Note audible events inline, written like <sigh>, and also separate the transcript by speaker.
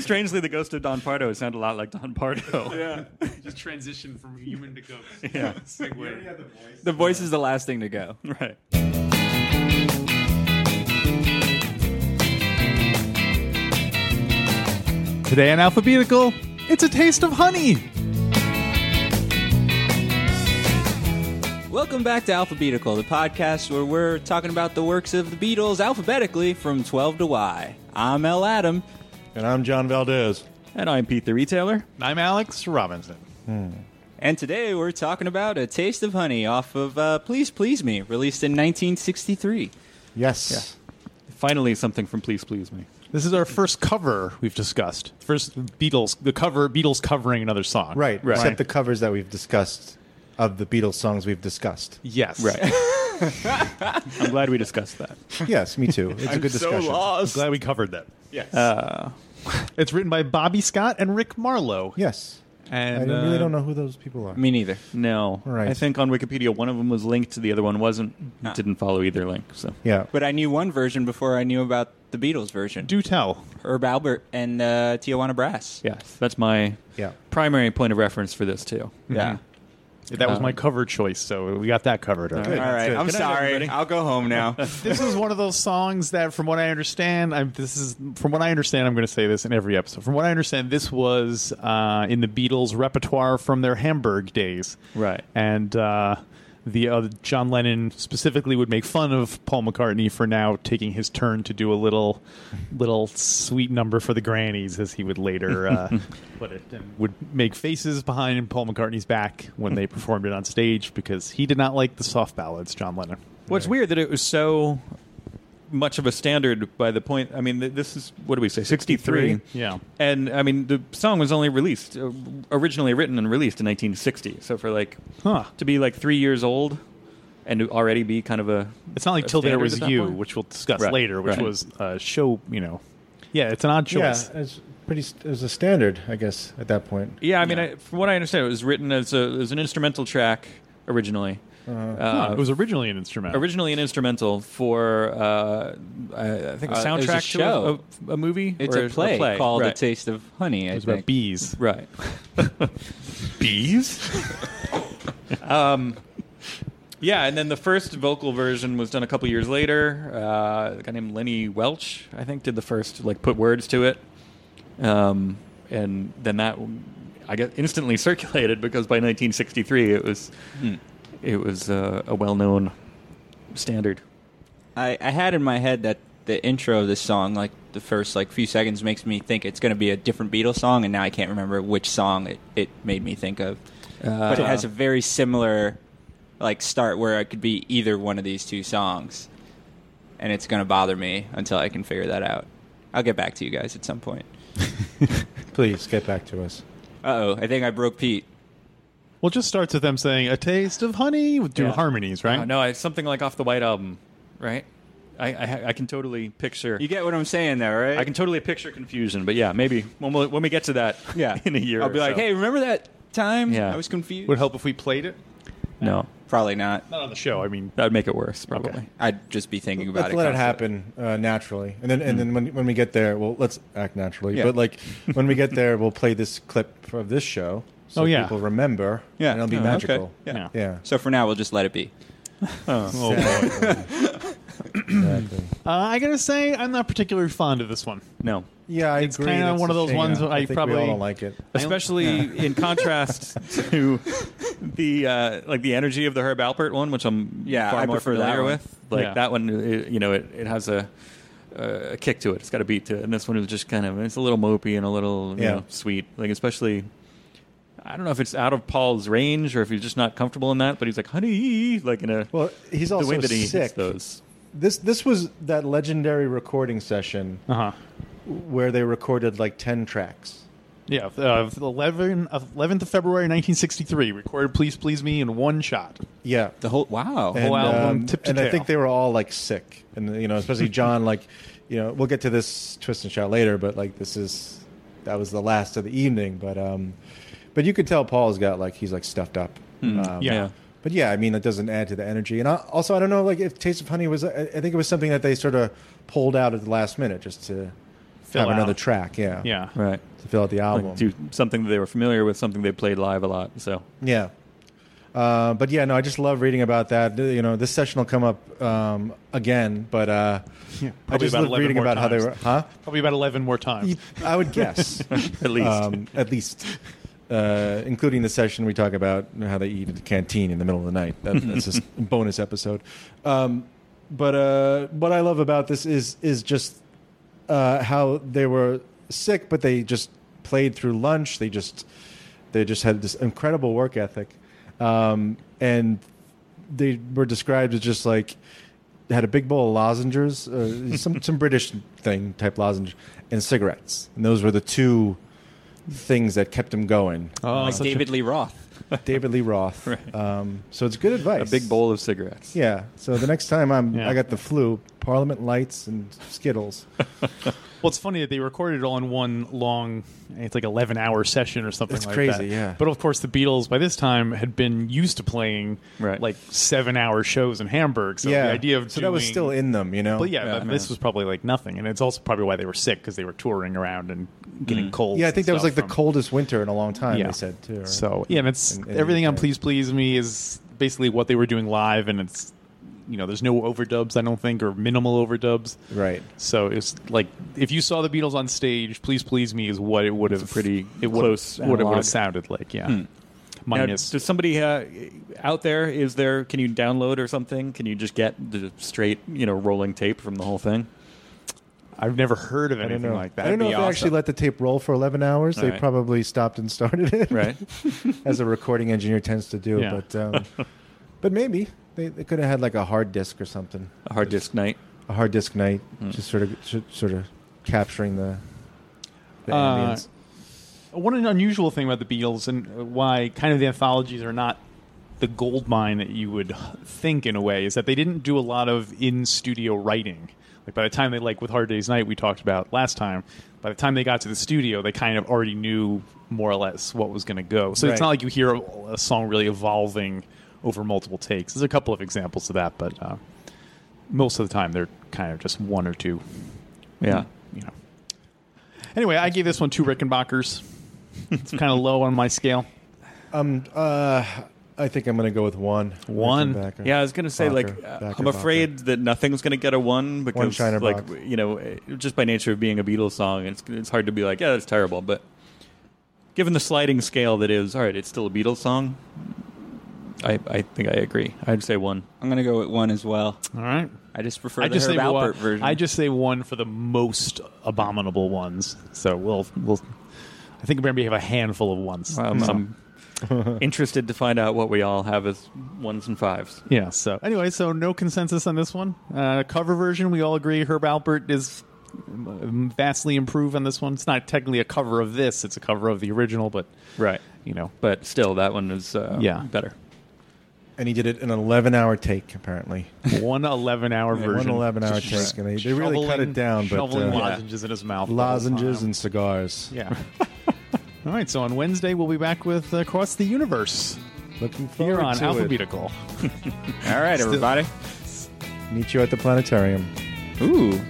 Speaker 1: Strangely, the ghost of Don Pardo sounded a lot like Don Pardo.
Speaker 2: Yeah. Just transition from human to
Speaker 3: <laughs>
Speaker 2: ghost.
Speaker 1: <laughs> Yeah.
Speaker 2: Segue.
Speaker 3: The voice is the last thing to go.
Speaker 1: Right.
Speaker 4: Today on Alphabetical, it's a taste of honey.
Speaker 3: Welcome back to Alphabetical, the podcast where we're talking about the works of the Beatles alphabetically from 12 to Y. I'm L. Adam.
Speaker 5: And I'm John Valdez.
Speaker 1: And I'm Pete the Retailer.
Speaker 4: I'm Alex Robinson.
Speaker 3: And today we're talking about A Taste of Honey off of uh, Please Please Me, released in 1963.
Speaker 4: Yes.
Speaker 1: Finally, something from Please Please Me.
Speaker 4: This is our first cover we've discussed. First Beatles, the cover, Beatles covering another song.
Speaker 5: Right,
Speaker 1: Right.
Speaker 5: Except the covers that we've discussed of the Beatles songs
Speaker 3: <laughs>
Speaker 5: we've discussed.
Speaker 4: Yes.
Speaker 1: I'm glad we discussed that.
Speaker 5: Yes, me too. It's a good discussion.
Speaker 4: <laughs> I'm glad we covered that. Yes.
Speaker 3: Uh,
Speaker 4: it's written by Bobby Scott and Rick Marlowe.
Speaker 5: Yes.
Speaker 4: And
Speaker 5: I really
Speaker 4: uh,
Speaker 5: don't know who those people are.
Speaker 3: Me neither.
Speaker 1: No.
Speaker 5: Right.
Speaker 1: I think on Wikipedia, one of them was linked, the other one wasn't.
Speaker 3: Ah.
Speaker 1: Didn't follow either link. So.
Speaker 5: Yeah.
Speaker 3: But I knew one version before I knew about the Beatles version.
Speaker 4: Do tell.
Speaker 3: Herb Albert and uh, Tijuana Brass.
Speaker 1: Yes. That's my
Speaker 5: Yeah.
Speaker 1: primary point of reference for this, too.
Speaker 3: Yeah.
Speaker 4: That was my cover choice, so we got that covered. already.
Speaker 5: Good,
Speaker 3: All right.
Speaker 5: good.
Speaker 3: I'm
Speaker 1: Good night,
Speaker 3: sorry.
Speaker 1: everybody.
Speaker 3: I'll go home now.
Speaker 4: <laughs> this is one of those songs that, from what I understand, I'm, this is from what I understand. I'm going to say this in every episode. From what I understand, this was uh, in the Beatles' repertoire from their Hamburg days,
Speaker 1: Right.
Speaker 4: And uh, the uh, John Lennon specifically would make fun of Paul McCartney for now taking his turn to do a little, little sweet number for the grannies, as he would later
Speaker 1: <laughs>
Speaker 4: uh, put it, and would make faces behind Paul McCartney's back when they performed it on stage because he did not like the soft ballads, John Lennon.
Speaker 1: What's weird that it was so much of a standard by the point. I mean, th- this is what do we say, sixty three?
Speaker 4: Yeah.
Speaker 1: And I mean, the song was only released, uh, originally written and released in nineteen sixty. So for like
Speaker 4: Huh.
Speaker 1: to be like three years old and to already be kind of a
Speaker 4: It's not like
Speaker 1: a
Speaker 4: till there
Speaker 1: standard
Speaker 4: was
Speaker 1: at that
Speaker 4: you,
Speaker 1: point?
Speaker 4: which we'll discuss
Speaker 1: Right,
Speaker 4: later, which
Speaker 1: right.
Speaker 4: was a show. You know, yeah, it's an odd
Speaker 5: Yeah,
Speaker 4: choice.
Speaker 5: it's pretty. It was a standard, I guess, at that point.
Speaker 1: Yeah, I mean, I, from what I understand, it was written as a as an instrumental track originally.
Speaker 4: Uh-huh. Huh,
Speaker 1: Uh,
Speaker 4: it was originally an instrument.
Speaker 1: Originally an instrumental for uh, I I think a
Speaker 3: Uh, it was a
Speaker 1: soundtrack to a-
Speaker 3: show.
Speaker 1: a, a movie.
Speaker 3: It's
Speaker 1: or
Speaker 3: a play, called
Speaker 1: right.
Speaker 3: A Taste of Honey. I
Speaker 4: it was about
Speaker 3: think.
Speaker 4: bees.
Speaker 1: Right. Bees? um, yeah, and then the first vocal version was done a couple years later. Uh, a guy named Lenny Welch, I think, did the first, like, put words to it. Um, and then that, I guess, instantly <laughs> circulated because by 1963 it was,
Speaker 3: Hmm.
Speaker 1: it was uh, a well known standard.
Speaker 3: I, I had in my head that the intro of this song, like the first like few seconds, makes me think it's going to be a different Beatles song, and now I can't remember which song it, it made me think of. but it has a very similar like start where it could be either one of these two songs, and it's going to bother me until I can figure that out. I'll get back to you guys at some point.
Speaker 5: Please get back to us.
Speaker 3: Uh oh, I think I broke Pete.
Speaker 4: Well, it just starts with them saying "a taste of honey" with two
Speaker 1: Yeah.
Speaker 4: harmonies, right?
Speaker 1: Uh, no, it's something like off the White Album, right? I, I, I can totally picture.
Speaker 3: You get what I'm saying, though, right?
Speaker 1: I can totally picture confusion, but yeah, maybe when we, when we get to that
Speaker 3: yeah.
Speaker 1: <laughs> in a year.
Speaker 3: I'll be
Speaker 1: or
Speaker 3: like,
Speaker 1: so.
Speaker 3: hey, remember that time?
Speaker 1: Yeah.
Speaker 3: I was confused.
Speaker 4: Would help if we played it.
Speaker 1: No,
Speaker 3: Probably not.
Speaker 4: Not on the show. I mean,
Speaker 1: that would make it worse, probably.
Speaker 3: I'd just be thinking about it.
Speaker 5: Let's
Speaker 3: Hmm.
Speaker 5: let it
Speaker 3: constantly.
Speaker 5: happen uh, naturally, and then and then when when we get there, well, let's act naturally.
Speaker 1: Yeah.
Speaker 5: But
Speaker 3: <laughs>
Speaker 5: like when we get there, we'll play this clip of this show, so
Speaker 4: Oh, yeah.
Speaker 5: people remember.
Speaker 3: Yeah.
Speaker 5: and it'll be
Speaker 3: Oh, okay.
Speaker 5: magical.
Speaker 3: Yeah.
Speaker 4: yeah.
Speaker 5: Yeah.
Speaker 3: So for now, we'll just let it be.
Speaker 4: Oh, boy.
Speaker 5: Exactly.
Speaker 4: Uh, I gotta say, I'm not particularly fond of this one.
Speaker 1: No,
Speaker 5: Yeah, I
Speaker 4: It's
Speaker 5: agree.
Speaker 4: kinda
Speaker 5: That's
Speaker 4: one of
Speaker 5: a
Speaker 4: those
Speaker 5: shame.
Speaker 4: ones that I
Speaker 5: think
Speaker 4: probably-
Speaker 5: we all don't like it.
Speaker 1: especially in
Speaker 4: <laughs>
Speaker 1: contrast <laughs> to the uh, like the energy of the Herb Alpert one, which I'm
Speaker 3: Yeah,
Speaker 1: far
Speaker 3: I
Speaker 1: more
Speaker 3: prefer that
Speaker 1: familiar
Speaker 3: one.
Speaker 1: with. Like
Speaker 4: Yeah.
Speaker 1: that one, it, you know, it, it has a a kick to it. It's got a beat to it, and this one is just kind of it's a little mopey and a little you
Speaker 5: Yeah.
Speaker 1: know, sweet. Like especially. I don't know if it's out of Paul's range or if he's just not comfortable in that, but he's like, "Honey," like in a
Speaker 5: Well, he's
Speaker 1: the
Speaker 5: also
Speaker 1: way that he hits
Speaker 5: sick.
Speaker 1: those.
Speaker 5: This this was that legendary recording session
Speaker 4: Uh huh.
Speaker 5: where they recorded like ten tracks.
Speaker 4: Yeah, uh, the 11, 11th of February 1963, recorded "Please Please Me" in one shot.
Speaker 5: Yeah,
Speaker 3: The whole wow.
Speaker 5: and,
Speaker 4: album,
Speaker 5: um,
Speaker 4: tip to
Speaker 5: and I
Speaker 4: tail.
Speaker 5: think they were all like sick, and you know,
Speaker 4: <laughs>
Speaker 5: especially John. like, you know, we'll get to this twist and shout later, but like, this is that was the last of the evening, but um, but you could tell Paul's got like he's like stuffed up.
Speaker 4: Hmm.
Speaker 5: Um,
Speaker 4: Yeah.
Speaker 5: But yeah, I mean that doesn't add to the energy, and I, also I don't know like if Taste of Honey was I, I think it was something that they sort of pulled out at the last minute just to
Speaker 4: Fill
Speaker 5: have
Speaker 4: out.
Speaker 5: another track. Yeah,
Speaker 4: Yeah.
Speaker 1: right.
Speaker 5: to fill out the album.
Speaker 1: Like do something that they were familiar with, something they played live a lot. So
Speaker 5: Yeah. Uh, but yeah, no, I just love reading about that. You know, this session will come up um, again, but uh, I
Speaker 4: probably
Speaker 5: just
Speaker 4: about
Speaker 5: love
Speaker 4: 11
Speaker 5: reading
Speaker 4: more
Speaker 5: about how they
Speaker 4: times.
Speaker 5: were, huh?
Speaker 4: Probably about 11 more times.
Speaker 5: I would
Speaker 4: <laughs>
Speaker 5: guess,
Speaker 1: <laughs> at least
Speaker 5: um, at least, uh, including the session we talk about how they eat at the canteen in the middle of the night. That,
Speaker 1: <laughs>
Speaker 5: that's just a bonus episode. Um, but uh, what I love about this is is just uh, how they were sick, but they just played through lunch. They just they just had this incredible work ethic, um, and they were described as just like had a big bowl of lozenges, uh, some some British thing type lozenge, and cigarettes, and those were the two things that kept them
Speaker 4: <laughs>
Speaker 5: going.
Speaker 4: Oh,
Speaker 3: like
Speaker 4: such a-
Speaker 3: David Lee Roth.
Speaker 5: David Lee Roth. Um, so it's good advice.
Speaker 1: a big bowl of cigarettes.
Speaker 5: Yeah. So the next time I'm
Speaker 4: Yeah.
Speaker 5: I got the flu, Parliament lights and Skittles.
Speaker 4: Well, it's funny that they recorded it all in one long, it's like eleven hour session or something.
Speaker 5: It's
Speaker 4: like
Speaker 5: crazy,
Speaker 4: that.
Speaker 5: yeah.
Speaker 4: But of course, the Beatles by this time had been used to playing
Speaker 1: Right.
Speaker 4: like seven hour shows in Hamburg. <laughs> So
Speaker 5: yeah.
Speaker 4: the idea of
Speaker 5: so that was
Speaker 4: doing-
Speaker 5: still in them, you know.
Speaker 4: But yeah,
Speaker 1: Yeah.
Speaker 4: but this was probably like nothing, and it's also probably why they were sick because they were touring around and getting colds.
Speaker 5: Yeah, I think
Speaker 4: and
Speaker 5: that was
Speaker 4: stuff
Speaker 5: like the
Speaker 4: from-
Speaker 5: coldest winter in a long time. They said too. right?
Speaker 4: So yeah, and it's
Speaker 5: In- in the
Speaker 4: everything on
Speaker 5: UK.
Speaker 4: Please Please Me is basically what they were doing live, and it's you know there's no overdubs I don't think or minimal overdubs.
Speaker 5: right.
Speaker 4: So it's like if you saw the Beatles on stage, "Please Please Me" is what it would have
Speaker 1: pretty
Speaker 4: it
Speaker 1: close
Speaker 4: would have would
Speaker 1: analog. Hmm.
Speaker 4: have sounded like. Yeah,
Speaker 1: Now,
Speaker 4: minus
Speaker 1: does somebody uh, out there is there? Can you download or something? Can you just get the straight you know rolling tape from the whole thing?
Speaker 4: I've never heard of
Speaker 5: I don't
Speaker 4: anything
Speaker 5: know.
Speaker 4: like that.
Speaker 5: I don't know if
Speaker 4: That'd be
Speaker 5: they actually
Speaker 4: awesome.
Speaker 5: let the tape roll for 11 hours.
Speaker 1: All
Speaker 5: they
Speaker 1: right.
Speaker 5: probably stopped and started it,
Speaker 1: Right.
Speaker 5: <laughs> as a recording engineer tends to do.
Speaker 4: Yeah.
Speaker 5: But
Speaker 4: <laughs>
Speaker 5: um, but maybe they, they could have had like a hard disk or something,
Speaker 1: <laughs> a hard disk night.
Speaker 5: a hard disk night,
Speaker 1: Hmm.
Speaker 5: just sort of s- sort of capturing the the
Speaker 4: Uh,
Speaker 5: ambience.
Speaker 4: One unusual thing about the Beatles and why kind of the anthologies are not the gold mine that you would think in a way is that they didn't do a lot of in studio writing. Like by the time they like with Hard Day's Night we talked about last time, by the time they got to the studio, they kind of already knew more or less what was going to go. So
Speaker 5: Right.
Speaker 4: it's not like you hear a, a song really evolving over multiple takes. There's a couple of examples of that, but uh, most of the time they're kind of just one or two
Speaker 1: Yeah.
Speaker 4: you know. Anyway, I gave this one two Rickenbackers. It's
Speaker 3: <laughs>
Speaker 4: kind of low on my scale.
Speaker 5: Um, uh, I think I'm going to go with one.
Speaker 4: One?
Speaker 5: Rickenbacker.
Speaker 1: Yeah, I was gonna say like
Speaker 5: Backer,
Speaker 1: uh,
Speaker 5: backer,
Speaker 1: I'm
Speaker 5: backer.
Speaker 1: afraid that nothing's gonna get a one because
Speaker 5: Shiner
Speaker 1: like
Speaker 5: Box.
Speaker 1: you know eh, just by nature of being a Beatles song, it's it's hard to be like yeah that's terrible, but given the sliding scale that is, all right, it's still a Beatles song. I I think I agree. I'd say one.
Speaker 3: I'm gonna go with one as well.
Speaker 4: All right.
Speaker 3: I just prefer
Speaker 4: I
Speaker 3: the
Speaker 4: just
Speaker 3: Herb
Speaker 4: say
Speaker 3: Alpert
Speaker 4: one,
Speaker 3: version.
Speaker 4: I just say one for the most abominable ones. So we'll we'll. I think we're gonna have a handful of ones.
Speaker 1: Um, I'm interested to find out what we all have as ones and fives.
Speaker 4: Yeah. So anyway, so no consensus on this one. Uh, cover version, we all agree Herb Alpert is um, vastly improved on this one. It's not technically a cover of this; it's a cover of the original, but
Speaker 1: Right.
Speaker 3: <laughs>
Speaker 4: you know,
Speaker 1: But still, that one is uh,
Speaker 4: Yeah.
Speaker 1: better.
Speaker 5: and he did it in an 11 hour take apparently.
Speaker 4: one eleven-hour
Speaker 5: One
Speaker 4: version,
Speaker 5: 11 hour
Speaker 4: Just
Speaker 5: take, and they, they really cut
Speaker 4: shoveling-
Speaker 5: it down. But
Speaker 4: shoveling
Speaker 5: uh,
Speaker 4: lozenges in his mouth, the whole
Speaker 5: lozenges
Speaker 4: time.
Speaker 5: and cigars. <laughs>
Speaker 4: Yeah. All right, so on Wednesday we'll be back with Across the Universe
Speaker 5: Looking forward
Speaker 4: here on
Speaker 5: to it.
Speaker 4: Alphabetical.
Speaker 3: All right, everybody.
Speaker 5: Meet you at the planetarium.
Speaker 3: Ooh.